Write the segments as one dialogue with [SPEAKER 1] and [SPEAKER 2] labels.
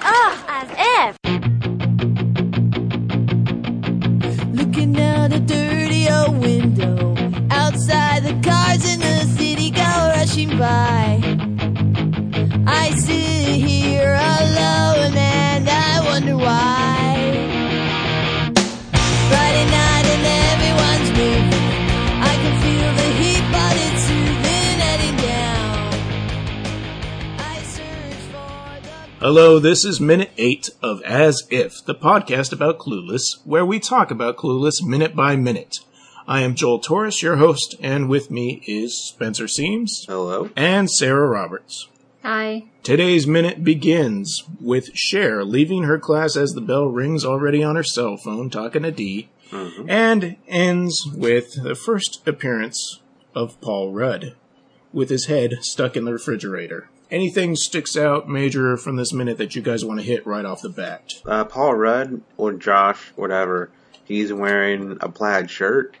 [SPEAKER 1] Ah, As if.
[SPEAKER 2] Looking out a dirty old window. Outside, the cars in the city go rushing by. I sit here alone and I wonder why. Friday night and everyone's moving. I can feel the heat, but it's soothing, heading down. I search for the
[SPEAKER 3] Hello, this is minute eight of As If, the podcast about Clueless, where we talk about Clueless minute by minute. I am Joel Torres, your host, and with me is Spencer Seams
[SPEAKER 4] Hello.
[SPEAKER 3] and Sarah Roberts.
[SPEAKER 1] Hi.
[SPEAKER 3] Today's minute begins with Cher leaving her class as the bell rings already on her cell phone, talking to Dee, and ends with the first appearance of Paul Rudd with his head stuck in the refrigerator. Anything sticks out major from this minute that you guys want to hit right off the bat?
[SPEAKER 4] Uh, Paul Rudd or Josh, whatever. He's wearing a plaid shirt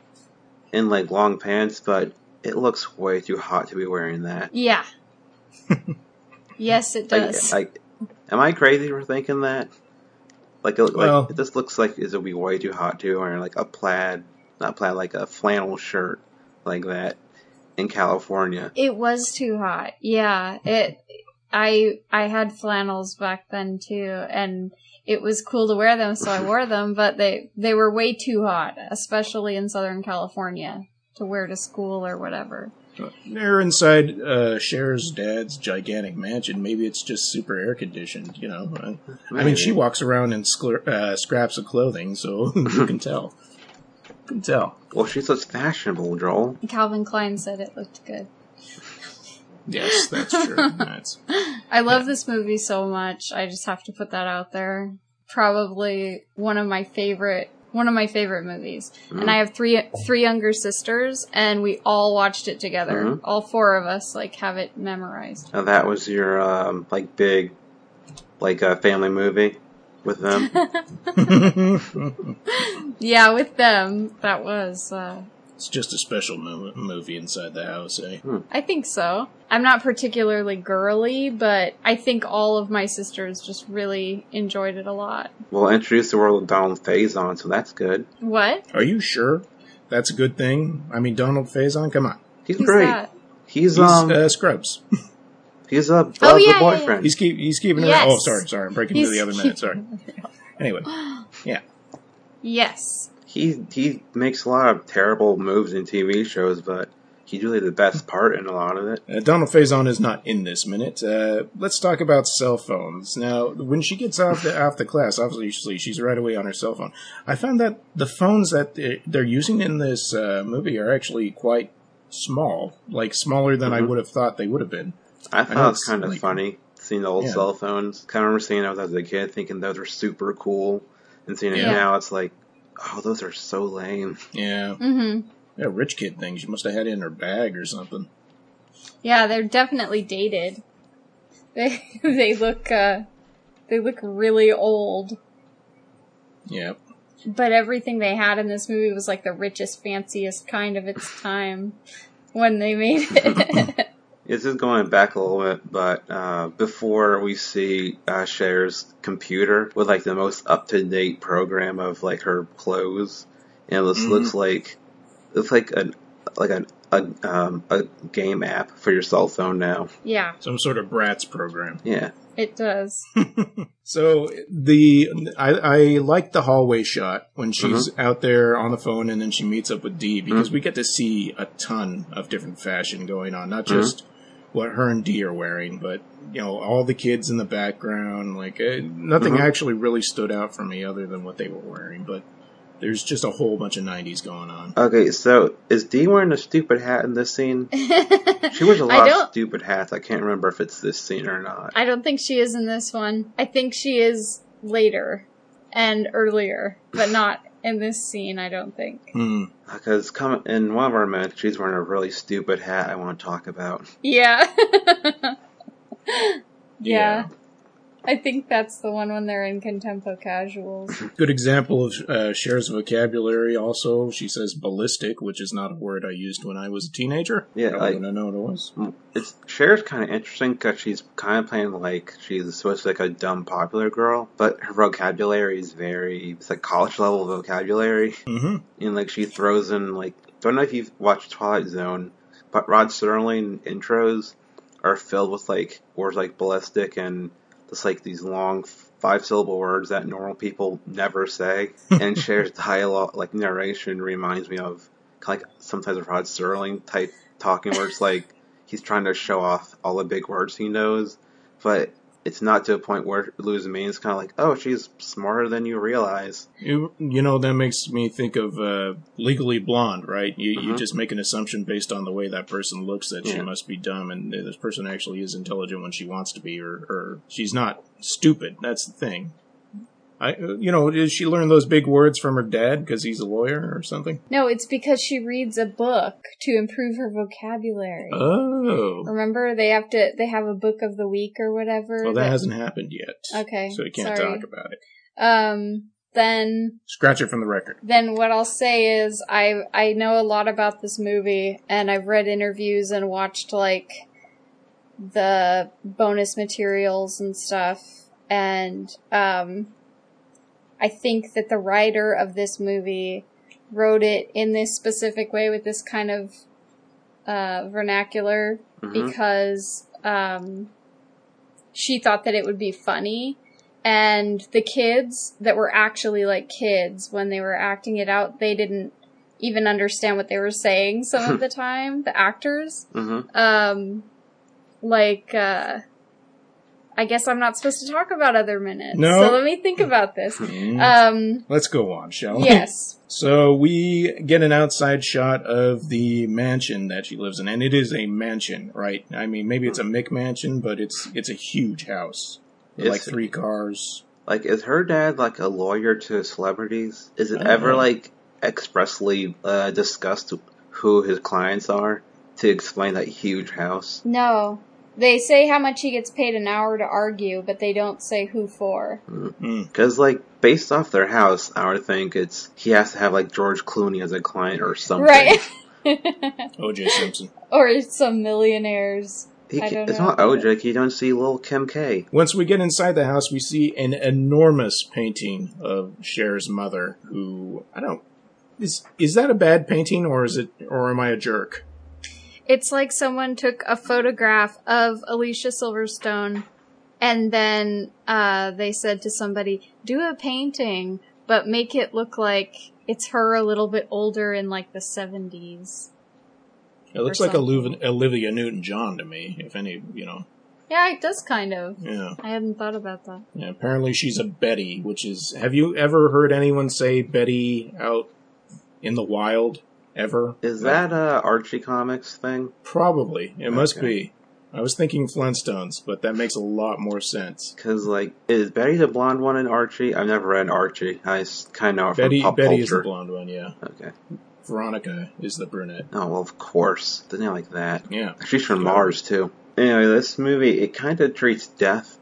[SPEAKER 4] and like long pants, but it looks way too hot to be wearing that.
[SPEAKER 5] Yeah. yes, it
[SPEAKER 4] Like,
[SPEAKER 5] does.
[SPEAKER 4] like, am I crazy for thinking that? Like, it, like
[SPEAKER 3] Well-
[SPEAKER 4] it just looks like it would be way too hot to wear like a plaid, not plaid, like a flannel shirt like that in California.
[SPEAKER 5] it was too hot. Yeah, it. I I had flannels back then too, and it was cool to wear them, so I wore them. But they they were way too hot, especially in Southern California, to wear to school or whatever.
[SPEAKER 3] They're inside uh, Cher's dad's gigantic mansion. Maybe it's just super air conditioned, you know? I, I mean, she
[SPEAKER 4] Maybe.
[SPEAKER 3] walks around in scler- uh, scraps of clothing, so you can tell. You can tell.
[SPEAKER 4] Well, she's looks fashionable, Joel.
[SPEAKER 5] Calvin Klein said it looked good.
[SPEAKER 3] Yes, that's true. That's,
[SPEAKER 5] I love this movie so much. I just have to put that out there. Probably one of my favorite one of my favorite movies. And I have three three younger sisters and we all watched it together.
[SPEAKER 4] Mhm.
[SPEAKER 5] All four of us like have it memorized.
[SPEAKER 4] Now that was your um, like big, like uh, family movie with them.
[SPEAKER 5] Yeah, with them that was uh
[SPEAKER 3] it's just a special mo- movie inside the house, eh?
[SPEAKER 5] I think so. I'm not particularly girly, but I think all of my sisters just really enjoyed it a lot.
[SPEAKER 4] Well, introduce the world of Donald Faison, so that's good.
[SPEAKER 5] What?
[SPEAKER 3] Are you sure that's a good thing? I mean, Donald Faison, come on.
[SPEAKER 4] He's
[SPEAKER 5] Who's
[SPEAKER 4] great.
[SPEAKER 5] that?
[SPEAKER 4] He's,
[SPEAKER 3] He's
[SPEAKER 4] um
[SPEAKER 3] uh, Scrubs.
[SPEAKER 4] he's a Buzz
[SPEAKER 5] Oh, yeah,
[SPEAKER 4] the
[SPEAKER 5] yeah, yeah.
[SPEAKER 4] boyfriend.
[SPEAKER 3] He's keep he's keeping it.
[SPEAKER 5] Yes.
[SPEAKER 3] Oh, sorry, sorry. I'm breaking into
[SPEAKER 5] He's
[SPEAKER 3] the other minute.
[SPEAKER 5] keep-
[SPEAKER 3] Sorry. Anyway, yeah.
[SPEAKER 5] Yes.
[SPEAKER 4] He he makes a lot of terrible moves in TV shows, but he's really the best part in a lot of it.
[SPEAKER 3] Uh, Donald Faison is not in this minute. Uh, let's talk about cell phones. Now, when she gets off the off the class, obviously she's right away on her cell phone. I found that the phones that they- they're using in this uh, movie are actually quite small, like smaller than I would have thought they would have been.
[SPEAKER 4] I thought
[SPEAKER 3] know
[SPEAKER 4] it was
[SPEAKER 3] it's
[SPEAKER 4] kind of
[SPEAKER 3] like-
[SPEAKER 4] funny seeing the old
[SPEAKER 3] Yeah.
[SPEAKER 4] cell phones. Kind of remember seeing those as a kid, thinking those were super cool, and seeing it
[SPEAKER 5] Yeah.
[SPEAKER 4] now, it's like, oh, those are so lame.
[SPEAKER 3] Yeah,
[SPEAKER 5] Mhm.
[SPEAKER 3] yeah, rich kid thing. She must have had it in her bag or something.
[SPEAKER 5] Yeah, they're definitely dated. They they look uh they look really old.
[SPEAKER 3] Yeah,
[SPEAKER 5] But everything they had in this movie was like the richest, fanciest kind of its time when they made it.
[SPEAKER 4] This is going back a little bit, but uh, before we see uh, Cher's computer with like the most up to date program of like her clothes, and this
[SPEAKER 5] Mm-hmm.
[SPEAKER 4] looks like it's like an like an a, um, a game app for your cell phone now.
[SPEAKER 5] yeah,
[SPEAKER 3] some sort of brats program.
[SPEAKER 4] Yeah,
[SPEAKER 5] it does.
[SPEAKER 3] So the I, I like the hallway shot when she's out there on the phone and then she meets up with Dee because we get to see a ton of different fashion going on, not just what her and Dee are wearing, but you know all the kids in the background. Like eh, nothing actually really stood out for me other than what they were wearing, but there's just a whole bunch of '90s going on.
[SPEAKER 4] Okay, so is Dee wearing a stupid hat in this scene? she wears a
[SPEAKER 5] I
[SPEAKER 4] lot of
[SPEAKER 5] don't-
[SPEAKER 4] stupid hats. I can't remember if it's this scene or not.
[SPEAKER 5] I don't think she is in this one. I think she is later and earlier, but not in this scene, I don't think.
[SPEAKER 3] Hmm.
[SPEAKER 4] Because come in one of our minutes, she's wearing a really stupid hat. I want to talk about.
[SPEAKER 5] Yeah. yeah. I think that's the one when they're in contempo casuals.
[SPEAKER 3] Good example of uh, Cher's vocabulary. Also, she says ballistic, which is not a word I used when I was a teenager.
[SPEAKER 4] Yeah,
[SPEAKER 3] I
[SPEAKER 4] like-
[SPEAKER 3] wouldn't know what it was.
[SPEAKER 4] It's Cher's kind of interesting because she's kind of playing like she's supposed to be like a dumb popular girl, but her vocabulary is very it's like college level vocabulary,
[SPEAKER 3] hmm
[SPEAKER 4] and like she throws in like don't know if you've watched Twilight Zone, but Rod Serling intros are filled with like words like ballistic and just like these long five syllable words that normal people never say, and Cher's dialogue like narration reminds me of kind of like sometimes of Rod Serling type talking where it's like he's trying to show off all the big words he knows, but it's not to a point where it loses me. It's kind of like, oh, she's smarter than you realize.
[SPEAKER 3] You, you know, that makes me think of uh, Legally Blonde, right? You, you
[SPEAKER 4] Mhm.
[SPEAKER 3] just make an assumption based on the way that person looks that she
[SPEAKER 4] Yeah.
[SPEAKER 3] must be dumb, and this person actually is intelligent when she wants to be, or, or she's not stupid. That's the thing. I, you know, did she learn those big words from her dad because he's a lawyer or something?
[SPEAKER 5] No, it's because she reads a book to improve her vocabulary.
[SPEAKER 3] Oh,
[SPEAKER 5] Remember, they have to they have a book of the week or whatever.
[SPEAKER 3] well, Oh, that hasn't happened yet.
[SPEAKER 5] Okay,
[SPEAKER 3] so we can't
[SPEAKER 5] sorry.
[SPEAKER 3] talk about it.
[SPEAKER 5] Um, then
[SPEAKER 3] Scratch it from the record.
[SPEAKER 5] then what I'll say is I I know a lot about this movie and I've read interviews and watched like the bonus materials and stuff and um I think that the writer of this movie wrote it in this specific way with this kind of uh vernacular
[SPEAKER 4] Mhm.
[SPEAKER 5] because um, she thought that it would be funny. And the kids that were actually like kids when they were acting it out, they didn't even understand what they were saying some of the time, the actors.
[SPEAKER 4] Mhm.
[SPEAKER 5] Um, like, uh, I guess I'm not supposed to talk about other minutes.
[SPEAKER 3] No.
[SPEAKER 5] So let me think about this.
[SPEAKER 3] Mm.
[SPEAKER 5] Um,
[SPEAKER 3] Let's go on, shall we?
[SPEAKER 5] yes.
[SPEAKER 3] So we get an outside shot of the mansion that she lives in, and it is a mansion, right? I mean, maybe it's a Mick mansion, but it's it's a huge house, with like
[SPEAKER 4] It's-
[SPEAKER 3] three cars.
[SPEAKER 4] Like, is her dad like a lawyer to celebrities? Is it
[SPEAKER 3] I don't
[SPEAKER 4] ever
[SPEAKER 3] know.
[SPEAKER 4] like expressly uh, discussed who his clients are to explain that huge house?
[SPEAKER 5] No. They say how much he gets paid an hour to argue, but they don't say who for.
[SPEAKER 4] Because like based off their house, I would think it's he has to have like George Clooney as a client or something.
[SPEAKER 5] Right.
[SPEAKER 3] O.J. Simpson.
[SPEAKER 5] or some millionaires.
[SPEAKER 4] He,
[SPEAKER 5] I
[SPEAKER 4] ca-
[SPEAKER 5] don't
[SPEAKER 4] it's
[SPEAKER 5] know.
[SPEAKER 4] not OJ. You don't see little Kim K.
[SPEAKER 3] Once we get inside the house, we see an enormous painting of Cher's mother, who I don't is is that a bad painting or is it or am I a jerk?
[SPEAKER 5] It's like someone took a photograph of Alicia Silverstone and then uh, they said to somebody, do a painting, but make it look like it's her a little bit older in like the 70s.
[SPEAKER 3] It looks
[SPEAKER 5] Or
[SPEAKER 3] like a
[SPEAKER 5] something.
[SPEAKER 3] Luv- Olivia Newton John to me, if any, you know.
[SPEAKER 5] Yeah, it does kind of.
[SPEAKER 3] Yeah.
[SPEAKER 5] I hadn't thought about that.
[SPEAKER 3] Yeah, apparently she's a Betty, which is. Have you ever heard anyone say Betty out in the wild? Ever?
[SPEAKER 4] Is that a Archie Comics thing?
[SPEAKER 3] Probably. It must
[SPEAKER 4] Okay.
[SPEAKER 3] be. I was thinking Flintstones, but that makes a lot more sense.
[SPEAKER 4] Because, like, is Betty the blonde one in Archie? I've never read Archie. I kind of know it from
[SPEAKER 3] Betty,
[SPEAKER 4] pop
[SPEAKER 3] Betty is the
[SPEAKER 4] culture.
[SPEAKER 3] blonde one, yeah.
[SPEAKER 4] Okay.
[SPEAKER 3] Veronica is the brunette.
[SPEAKER 4] Oh, well, of course. The name like that.
[SPEAKER 3] Yeah.
[SPEAKER 4] She's from
[SPEAKER 3] Yeah.
[SPEAKER 4] Mars, too. Anyway, this movie, it kind of treats death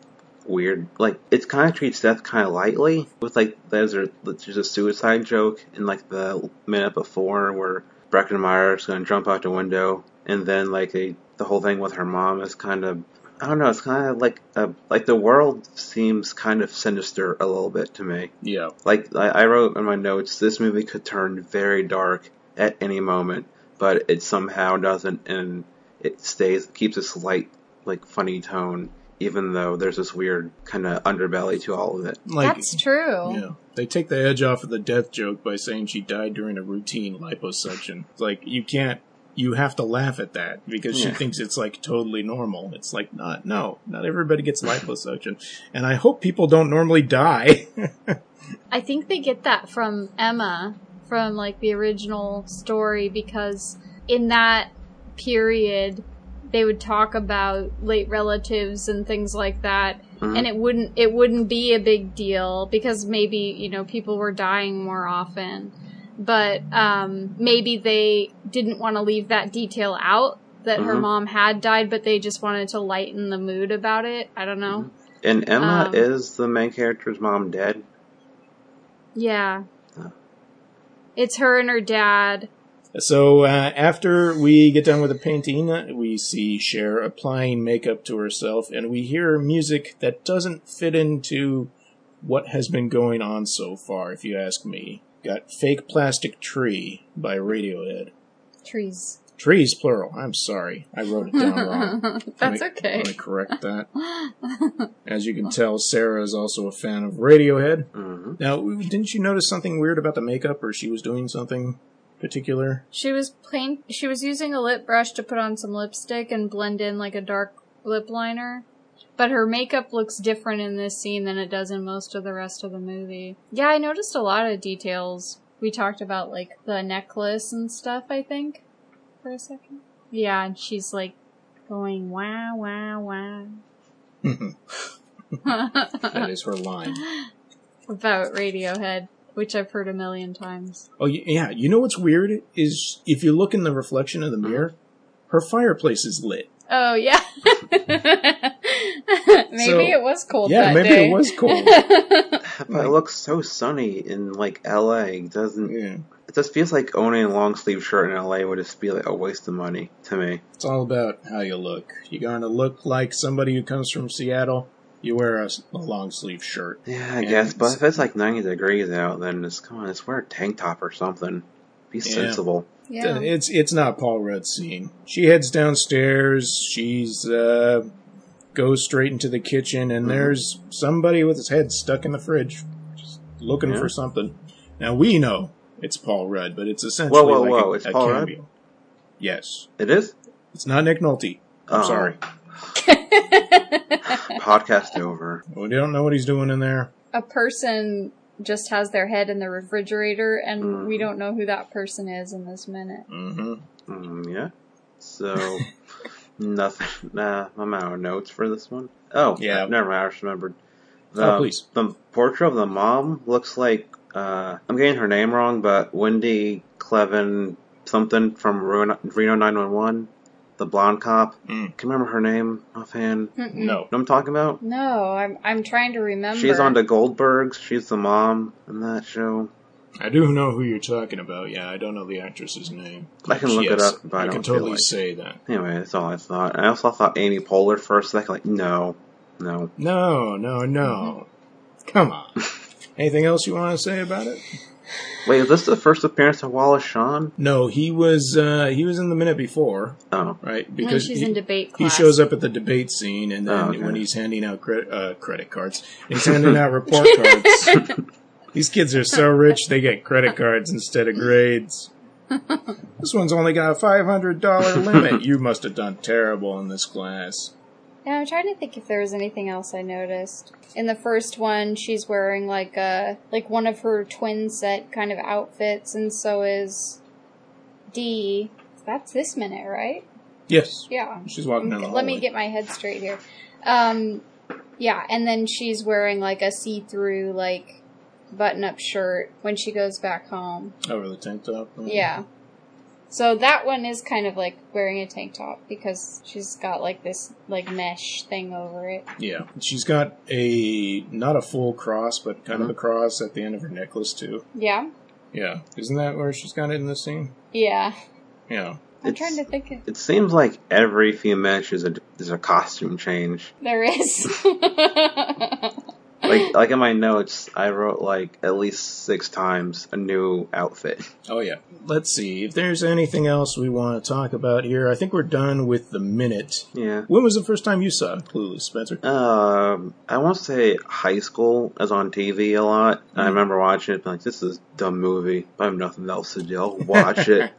[SPEAKER 4] weird. Like, it kind of treats death kind of lightly. With, like, there's a, there's a suicide joke in, like, the minute before where Breckenmeyer is going to jump out the window. And then, like, they, the whole thing with her mom is kind of. I don't know. It's kind of like uh like the world seems kind of sinister a little bit to me.
[SPEAKER 3] Yeah.
[SPEAKER 4] Like I, I wrote in my notes, this movie could turn very dark at any moment, but it somehow doesn't, and it stays keeps this light, like funny tone, even though there's this weird kind of underbelly to all of it.
[SPEAKER 3] Like,
[SPEAKER 5] That's true.
[SPEAKER 3] yeah. They take the edge off of the death joke by saying she died during a routine liposuction. It's like, you can't. You have to laugh at that because she
[SPEAKER 4] Yeah.
[SPEAKER 3] thinks it's like totally normal. It's like, not, no, not everybody gets liposuction. And I hope people don't normally die.
[SPEAKER 5] I think they get that from Emma, from like the original story, because in that period, they would talk about late relatives and things like that,
[SPEAKER 4] Mhm.
[SPEAKER 5] and it wouldn't it wouldn't be a big deal because maybe you know people were dying more often, but um, maybe they didn't want to leave that detail out that her
[SPEAKER 4] Mhm.
[SPEAKER 5] mom had died, but they just wanted to lighten the mood about it. I don't know.
[SPEAKER 4] And Emma
[SPEAKER 5] Um,
[SPEAKER 4] is the main character's mom dead.
[SPEAKER 5] Yeah.
[SPEAKER 4] Huh.
[SPEAKER 5] It's her and her dad.
[SPEAKER 3] So uh, after we get done with the painting, uh, we see Cher applying makeup to herself, and we hear music that doesn't fit into what has been going on so far. If you ask me, got "Fake Plastic Tree" by Radiohead.
[SPEAKER 5] Trees.
[SPEAKER 3] Trees, plural. I'm sorry, I wrote it down wrong. Let me-
[SPEAKER 5] That's okay.
[SPEAKER 3] Let me correct that. As you can tell, Sarah is also a fan of Radiohead.
[SPEAKER 4] hmm
[SPEAKER 3] Now, didn't you notice something weird about the makeup, or she was doing something particular?
[SPEAKER 5] She was paint. She was using a lip brush to put on some lipstick and blend in like a dark lip liner. But her makeup looks different in this scene than it does in most of the rest of the movie. Yeah, I noticed a lot of details. We talked about like the necklace and stuff. I think for a second. Yeah, and she's like going wow wow wow
[SPEAKER 3] Mm-hmm. that is her line.
[SPEAKER 5] about Radiohead, which I've heard a million times.
[SPEAKER 3] Oh y- yeah, you know what's weird is if you look in the reflection of the mirror, her fireplace is lit.
[SPEAKER 5] Oh yeah. maybe
[SPEAKER 3] So-
[SPEAKER 5] it was cold.
[SPEAKER 3] yeah,
[SPEAKER 5] that
[SPEAKER 3] maybe
[SPEAKER 5] day.
[SPEAKER 3] it was cold.
[SPEAKER 4] But it looks so sunny in like L.A. It doesn't
[SPEAKER 3] yeah,
[SPEAKER 4] it just feels like owning a long sleeve shirt in L.A. would just be like a waste of money to me.
[SPEAKER 3] it's all about how you look. You're going to look like somebody who comes from Seattle. You wear a, long sleeve shirt.
[SPEAKER 4] Yeah, I
[SPEAKER 3] And
[SPEAKER 4] guess. But
[SPEAKER 3] it's-
[SPEAKER 4] if it's like 90 degrees out, then just come on, just wear a tank top or something. Be
[SPEAKER 3] Yeah.
[SPEAKER 4] sensible.
[SPEAKER 5] yeah.
[SPEAKER 3] Uh, It's it's not Paul Rudd's scene. She heads downstairs. She's uh, goes straight into the kitchen, and
[SPEAKER 4] Mhm.
[SPEAKER 3] there's somebody with his head stuck in the fridge, just looking
[SPEAKER 4] Yeah.
[SPEAKER 3] for something. Now we know it's Paul Rudd, but it's essentially
[SPEAKER 4] Whoa, whoa,
[SPEAKER 3] like
[SPEAKER 4] whoa,
[SPEAKER 3] a,
[SPEAKER 4] it's
[SPEAKER 3] a
[SPEAKER 4] Paul Rudd?
[SPEAKER 3] cameo. Yes,
[SPEAKER 4] It is?
[SPEAKER 3] it's not Nick Nolte. I'm
[SPEAKER 4] Oh.
[SPEAKER 3] sorry,
[SPEAKER 4] Podcast over.
[SPEAKER 3] we don't know what he's doing in there.
[SPEAKER 5] a person just has their head in the refrigerator, and
[SPEAKER 4] Mhm.
[SPEAKER 3] Mm-hmm.
[SPEAKER 5] we don't know who that person is in this minute.
[SPEAKER 3] hmm
[SPEAKER 4] Mm, yeah. So, nothing. Nah, I'm out of notes for this one. Oh,
[SPEAKER 3] Yeah.
[SPEAKER 4] yeah. Never mind. I just remembered.
[SPEAKER 3] Oh,
[SPEAKER 4] Um,
[SPEAKER 3] please.
[SPEAKER 4] The portrait of the mom looks like uh, I'm getting her name wrong, but Wendy Clevin something from Reno 911, the blonde cop.
[SPEAKER 3] Mm.
[SPEAKER 4] Can you remember her name offhand?
[SPEAKER 5] Mm-mm.
[SPEAKER 3] No.
[SPEAKER 4] Know what I'm talking about?
[SPEAKER 5] No, I'm I'm trying to remember.
[SPEAKER 4] She's on the Goldbergs. She's the mom in that show.
[SPEAKER 3] I do know who you're talking about. Yeah, I don't know the actress's name.
[SPEAKER 4] I can look it
[SPEAKER 3] Yes,
[SPEAKER 4] up, but I
[SPEAKER 3] I can
[SPEAKER 4] don't feel
[SPEAKER 3] totally
[SPEAKER 4] like-
[SPEAKER 3] say that.
[SPEAKER 4] Anyway, that's all I thought. I also thought Amy Poehler for a second. Like, no, no.
[SPEAKER 3] No, no, no. Come on. Anything else you want to say about it?
[SPEAKER 4] Wait, is this the first appearance of Wallace Shawn?
[SPEAKER 3] No, he was uh, he was in the minute before,
[SPEAKER 4] Oh,
[SPEAKER 3] right?
[SPEAKER 5] When
[SPEAKER 3] Because
[SPEAKER 5] she's
[SPEAKER 3] he,
[SPEAKER 5] in debate
[SPEAKER 3] he
[SPEAKER 5] class.
[SPEAKER 3] shows up at the debate scene, and then
[SPEAKER 4] Oh, okay.
[SPEAKER 3] when he's handing out cre- uh, credit cards, he's handing out report cards. These kids are so rich they get credit cards instead of grades. This one's only got a five hundred dollar limit. You must have done terrible in this class.
[SPEAKER 5] Yeah, I'm trying to think if there was anything else I noticed. In the first one, she's wearing like a like one of her twin set kind of outfits, and so is D. That's this minute, right?
[SPEAKER 3] Yes,
[SPEAKER 5] Yeah.
[SPEAKER 3] she's walking down the hallway.
[SPEAKER 5] Let me get my head straight here. Um, yeah, and then she's wearing like a see-through like button-up shirt when she goes back home.
[SPEAKER 3] over the tank top.
[SPEAKER 4] Mm-hmm.
[SPEAKER 5] Yeah. So that one is kind of like wearing a tank top because she's got like this like mesh thing over it.
[SPEAKER 3] Yeah, she's got a not a full cross, but kind of a cross at the end of her necklace too.
[SPEAKER 5] Yeah.
[SPEAKER 3] Mm-hmm. Yeah, isn't that where she's got it in the scene?
[SPEAKER 5] Yeah.
[SPEAKER 3] Yeah,
[SPEAKER 5] I'm
[SPEAKER 4] It's-
[SPEAKER 5] trying to think if
[SPEAKER 4] it seems like every few minutes there's a, there's a costume change.
[SPEAKER 5] there is.
[SPEAKER 4] Like, like in my notes, I wrote like at least six times a new outfit.
[SPEAKER 3] oh yeah. Let's see if there's anything else we want to talk about here. I think we're done with the minute.
[SPEAKER 4] Yeah.
[SPEAKER 3] When was the first time you saw Clueless, Spencer?
[SPEAKER 4] Um, I won't say high school is on TV a lot. I remember watching it, being like, this is a dumb movie. I have nothing else to do. I'll watch it.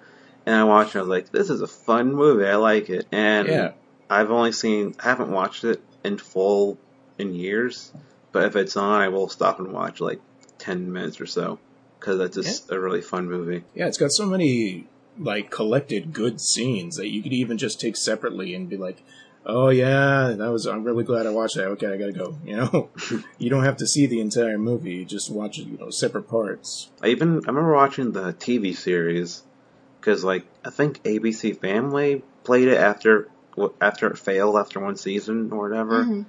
[SPEAKER 4] And I watched it, I was like, this is a fun movie. I like it. And
[SPEAKER 3] Yeah.
[SPEAKER 4] I've only seen, I haven't watched it in full in years. But if it's on, I will stop and watch like 10 minutes or so. Because that's just a really fun movie.
[SPEAKER 3] Yeah, it's got so many like collected good scenes that you could even just take separately and be like, "Oh yeah, that was I'm really glad I watched that. Okay, I got to go." You know. you don't have to see the entire movie, you just watch you know separate parts.
[SPEAKER 4] I even, I remember watching the TV series. Because, like, I think ABC Family played it after, after it failed after one season or whatever.
[SPEAKER 5] Mhm.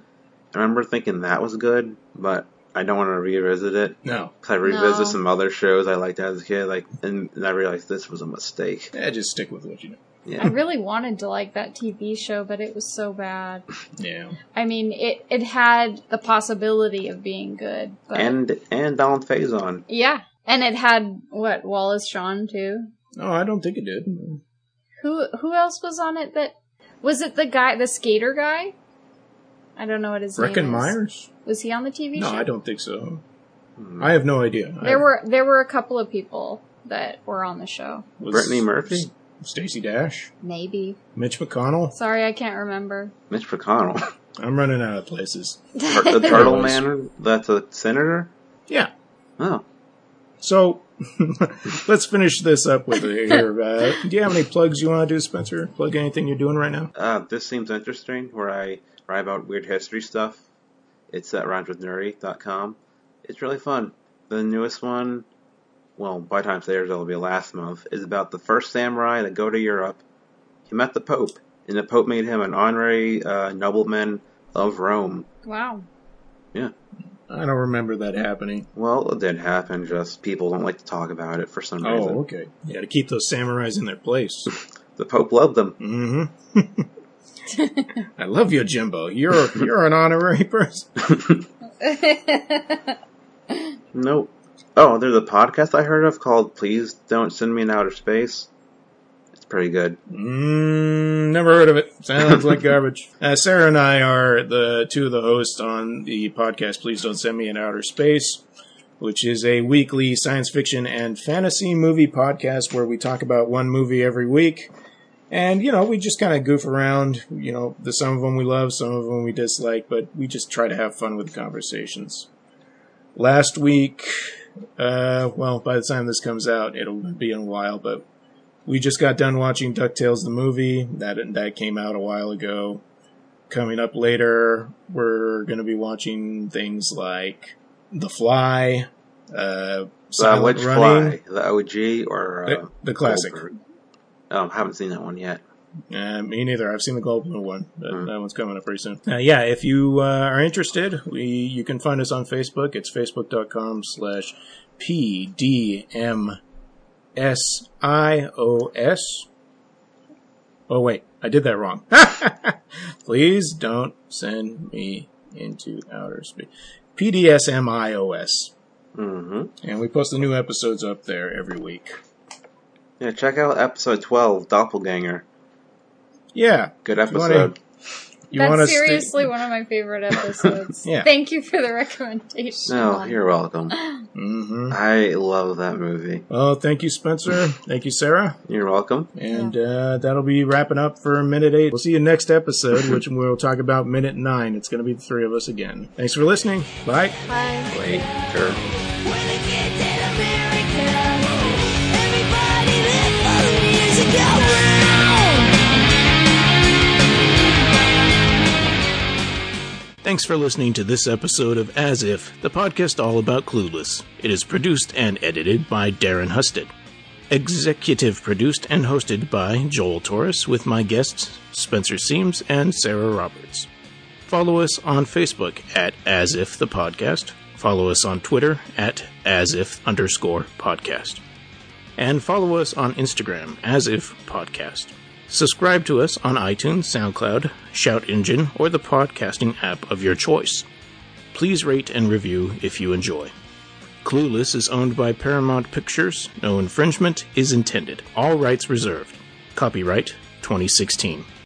[SPEAKER 4] I I remember thinking that was good, but I don't want to revisit it.
[SPEAKER 3] No.
[SPEAKER 4] 'Cause I revisit
[SPEAKER 5] No.
[SPEAKER 4] some other shows I liked as a kid, like, and, and I realized this was a mistake.
[SPEAKER 3] Yeah, just stick with what you know.
[SPEAKER 5] I
[SPEAKER 4] Yeah,
[SPEAKER 5] really wanted to like that TV show, but it was so bad.
[SPEAKER 3] Yeah.
[SPEAKER 5] I mean, it it had the possibility of being good, but
[SPEAKER 4] and and Donald Faison.
[SPEAKER 5] yeah, and it had what Wallace Shawn too.
[SPEAKER 3] No, Oh, I don't think it did.
[SPEAKER 5] Who who else was on it? That was it. The guy, the skater guy. I don't know what his
[SPEAKER 3] Breckin
[SPEAKER 5] name is.
[SPEAKER 3] Myers?
[SPEAKER 5] Was he on the TV
[SPEAKER 3] No,
[SPEAKER 5] show?
[SPEAKER 3] I don't think so.
[SPEAKER 4] Hmm.
[SPEAKER 3] I have no idea.
[SPEAKER 5] There
[SPEAKER 3] I,
[SPEAKER 5] were there were a couple of people that were on the show.
[SPEAKER 3] was
[SPEAKER 4] Brittany Murphy,
[SPEAKER 3] Stacey Dash,
[SPEAKER 5] Maybe.
[SPEAKER 3] Mitch McConnell.
[SPEAKER 5] Sorry, I can't remember.
[SPEAKER 4] Mitch McConnell,
[SPEAKER 3] I'm running out of places.
[SPEAKER 4] Tur- the Turtle Man. That's a senator.
[SPEAKER 3] Yeah.
[SPEAKER 4] Oh,
[SPEAKER 3] So let's finish this up with it here. Uh, do you have any plugs you want to do, Spencer? Plug anything you're doing right now?
[SPEAKER 4] uh, this seems interesting. Where I write about weird history stuff. It's at rhymeswithnuri.com. It's really fun. The newest one, well, by the time it's airs, it'll be last month. Is about the first samurai to go to Europe. He met the Pope, and the Pope made him an honorary uh, nobleman of Rome.
[SPEAKER 5] Wow.
[SPEAKER 3] I don't remember that happening.
[SPEAKER 4] Well, it did happen. Just people don't like to talk about it for some reason.
[SPEAKER 3] Oh, okay. Yeah, to keep those samurais in their place.
[SPEAKER 4] The Pope loved them.
[SPEAKER 3] hmm I love you, Jimbo. You're you're an honorary person.
[SPEAKER 4] Nope. Oh, there's a podcast I heard of called "Please Don't Send Me in Outer Space." It's pretty good.
[SPEAKER 3] Mm, never heard of it. Sounds like garbage. Uh, Sarah and I are the two of the hosts on the podcast. Please don't send me in outer space, which is a weekly science fiction and fantasy movie podcast where we talk about one movie every week. And you know, we just kind of goof around. You know, the some of them we love, some of them we dislike, but we just try to have fun with the conversations. Last week, uh, well, by the time this comes out, it'll be in a while, but we just got done watching DuckTales the movie. That that came out a while ago. Coming up later, we're going to be watching things like The Fly, uh,
[SPEAKER 4] Uh,
[SPEAKER 3] Silent
[SPEAKER 4] which
[SPEAKER 3] Running,
[SPEAKER 4] fly? The OG or uh,
[SPEAKER 3] the, the classic.
[SPEAKER 4] Goldberg? Um, haven't seen that one yet.
[SPEAKER 3] Uh, me neither. I've seen the gold blue one. That,
[SPEAKER 4] Mm.
[SPEAKER 3] that one's coming up pretty soon. Uh, yeah, if you uh, are interested, we you can find us on Facebook. It's facebook.com slash PDMSIOS. Oh, wait. I did that wrong. Please don't send me into outer space. PDSMIOS.
[SPEAKER 4] hmm
[SPEAKER 3] And we post the new episodes up there every week.
[SPEAKER 4] Yeah, check out episode twelve, Doppelganger.
[SPEAKER 3] Yeah.
[SPEAKER 4] Good
[SPEAKER 3] You wanna-
[SPEAKER 4] episode.
[SPEAKER 3] You want
[SPEAKER 5] That's
[SPEAKER 3] us to-
[SPEAKER 5] seriously one of my favorite episodes.
[SPEAKER 3] Yeah.
[SPEAKER 5] Thank you for the recommendation.
[SPEAKER 4] No, Oh, you're welcome.
[SPEAKER 3] Mhm.
[SPEAKER 4] I love that movie.
[SPEAKER 3] Well, thank you, Spencer. thank you, Sarah.
[SPEAKER 4] You're welcome.
[SPEAKER 3] And uh, that'll be wrapping up for minute eight. We'll see you next episode, which we'll talk about minute nine. It's going to be the three of us again. Thanks for listening. Bye.
[SPEAKER 2] Bye.
[SPEAKER 4] Wait, sure.
[SPEAKER 2] We're the kids in America. Everybody that follows music around.
[SPEAKER 3] Thanks for listening to this episode of As If, the podcast all about Clueless. It is produced and edited by Darren Husted. Executive produced and hosted by Joel Torres with my guests Spencer Seams and Sarah Roberts. Follow us on Facebook at As If the Podcast. Follow us on Twitter at As If underscore podcast. And follow us on Instagram as If Podcast. Subscribe to us on iTunes, SoundCloud, Shout Engine, or the podcasting app of your choice. Please rate and review if you enjoy. Clueless is owned by Paramount Pictures. No infringement is intended. All rights reserved. Copyright 2016.